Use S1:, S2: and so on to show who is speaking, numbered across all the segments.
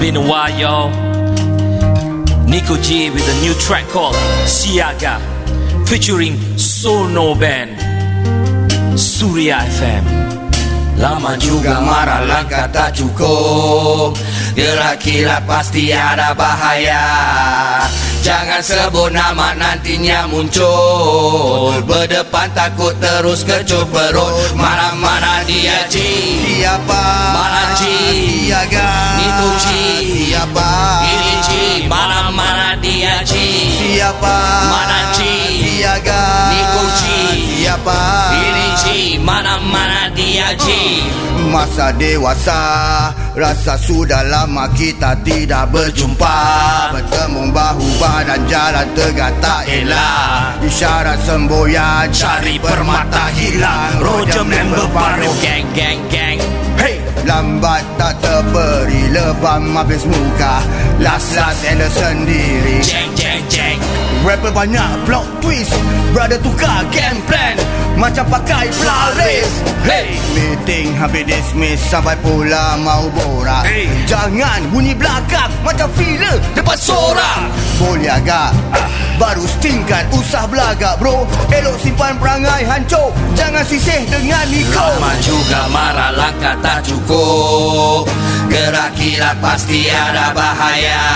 S1: been a while, y'all. Nico G with a new track called Siaga, featuring Sono Band, Surya FM.
S2: Lama juga marah langkah tak cukup Gerak kilat pasti ada bahaya Jangan sebut nama nantinya muncul Berdepan takut terus kecut perut Mana-mana dia Ji
S3: Siapa?
S2: Mana Ji
S3: Siaga
S2: Itu Ji
S3: Siapa?
S2: Ini Ji Mana-mana dia Ji
S3: Siapa?
S2: Mana Ji
S3: Siaga
S2: Niko G.
S3: Siapa?
S2: Ini Ji Mana-mana dia Ji
S3: Masa dewasa Rasa sudah lama kita tidak berjumpa Bertemu bahu badan jalan tegak tak elak Isyarat semboyan
S2: Cari permata hilang Rojem dan berparu Geng geng geng Hey
S3: Lambat tak terperi Lebam habis muka Las-las ela sendiri
S2: Jeng jeng jeng
S3: Rapper banyak block twist Brother tukar game plan Macam pakai pelaris
S2: Hey
S3: Meeting habis dismiss Sampai pula mau borak
S2: Hey.
S3: Jangan bunyi belakang Macam filler
S2: Depan seorang
S3: Boleh agak Baru setingkat Usah belagak bro Elok simpan perangai hancur Jangan sisih dengan Niko
S2: Lama juga marah langkah tak cukup Gerak kilat pasti ada bahaya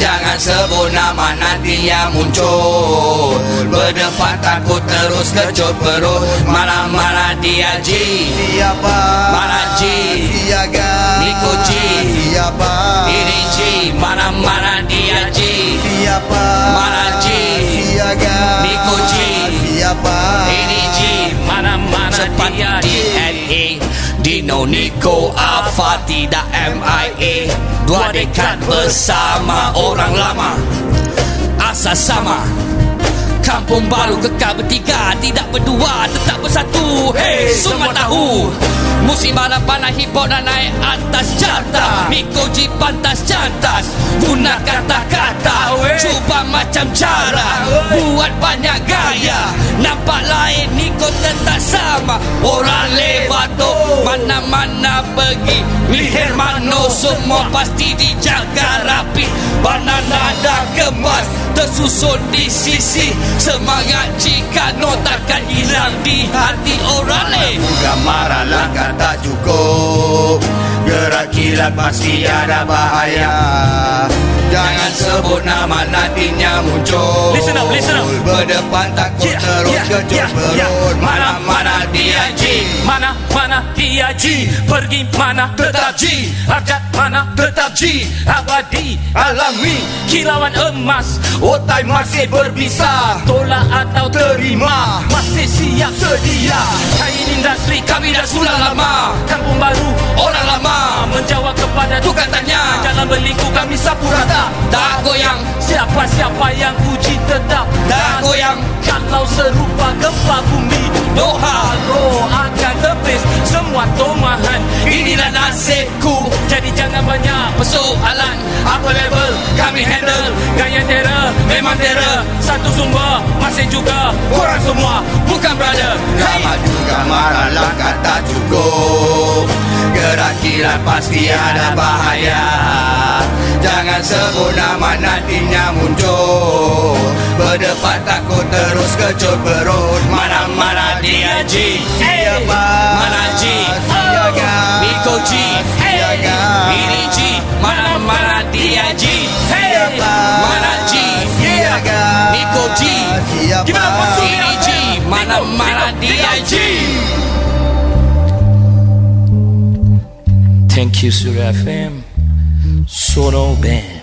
S2: Jangan sebut nama nanti yang muncul Berdepan takut terus kecut perut Marah-marah dia Ji
S3: Siapa?
S2: Mana G?
S3: Siaga
S2: Niko G.
S3: Siapa?
S2: Ini Ji Marah-marah dia Ji
S3: Siapa?
S2: Mana G?
S3: Siaga
S2: Niko G.
S3: Siapa?
S2: Ini G Mana-mana dia DNA Dino Nico Alpha tidak MIA Dua dekat bersama orang lama Asas sama Kampung baru kekal bertiga Tidak berdua tetap bersatu Hey semua tahu Musim balapan hip hop dan naik atas carta Miko G pantas cantas Guna kata-kata Cuba macam cara Buat banyak gaya Nampak lain Niko tetap sama Orang lewat tu Mana-mana pergi Leher mano semua pasti dijaga rapi Banana dah kemas Tersusun di sisi Semangat jika no takkan hilang di hati orang lain
S3: Juga marah
S2: lah,
S3: langkah tak cukup Gerak kilat pasti ada bahaya
S2: Jangan sebut nama nantinya muncul
S1: Listen up, listen up.
S2: Berdepan takut
S1: Yeah,
S2: terus
S1: yeah,
S2: kecut
S1: yeah,
S2: perut
S1: yeah.
S2: Mana-mana dia G
S1: Mana mana dia G, pergi mana tetap G, harkat mana tetap G, abadi
S3: Alami
S1: kilauan emas,
S3: Otai masih berbisa
S1: tolak atau terima
S3: Terima
S1: masih siap
S3: Sedia
S1: Kain industri kami dah sudah lama Kampung baru Ah,
S2: Orang lama
S1: menjawab kepada
S2: Tukar tanya
S1: Jalan berliku kami sapu rata
S2: Tak goyang
S1: Siapa-siapa yang puji tetap
S2: Tak goyang
S1: Kalau serupa gempa bumi
S2: Doha
S1: Roh akan tepis semua tomahan
S2: Inilah nasibku
S1: Jadi jangan banyak
S2: Persoalan Apa level Kami handle
S1: Gaya terror
S2: Memang terror
S1: Satu sumber Masih juga
S2: Korang semua Bukan brother
S3: Lama juga marah langkah tak cukup Gerak kilat pasti ada bahaya Jangan sebut nama nantinya muncul Berdepan takut terus kecut perut Mana-mana dia
S2: G
S3: Siapa?
S2: Mana G Oh.
S3: Siaga
S2: Miko G
S3: Siaga
S2: Ini G Mana-mana dia G
S3: Siapa?
S2: Mana G
S3: Siaga
S2: Miko G
S3: Siapa?
S2: Give it up for Ini G Mana-mana dia G
S1: Thank you Surya FM Sono Band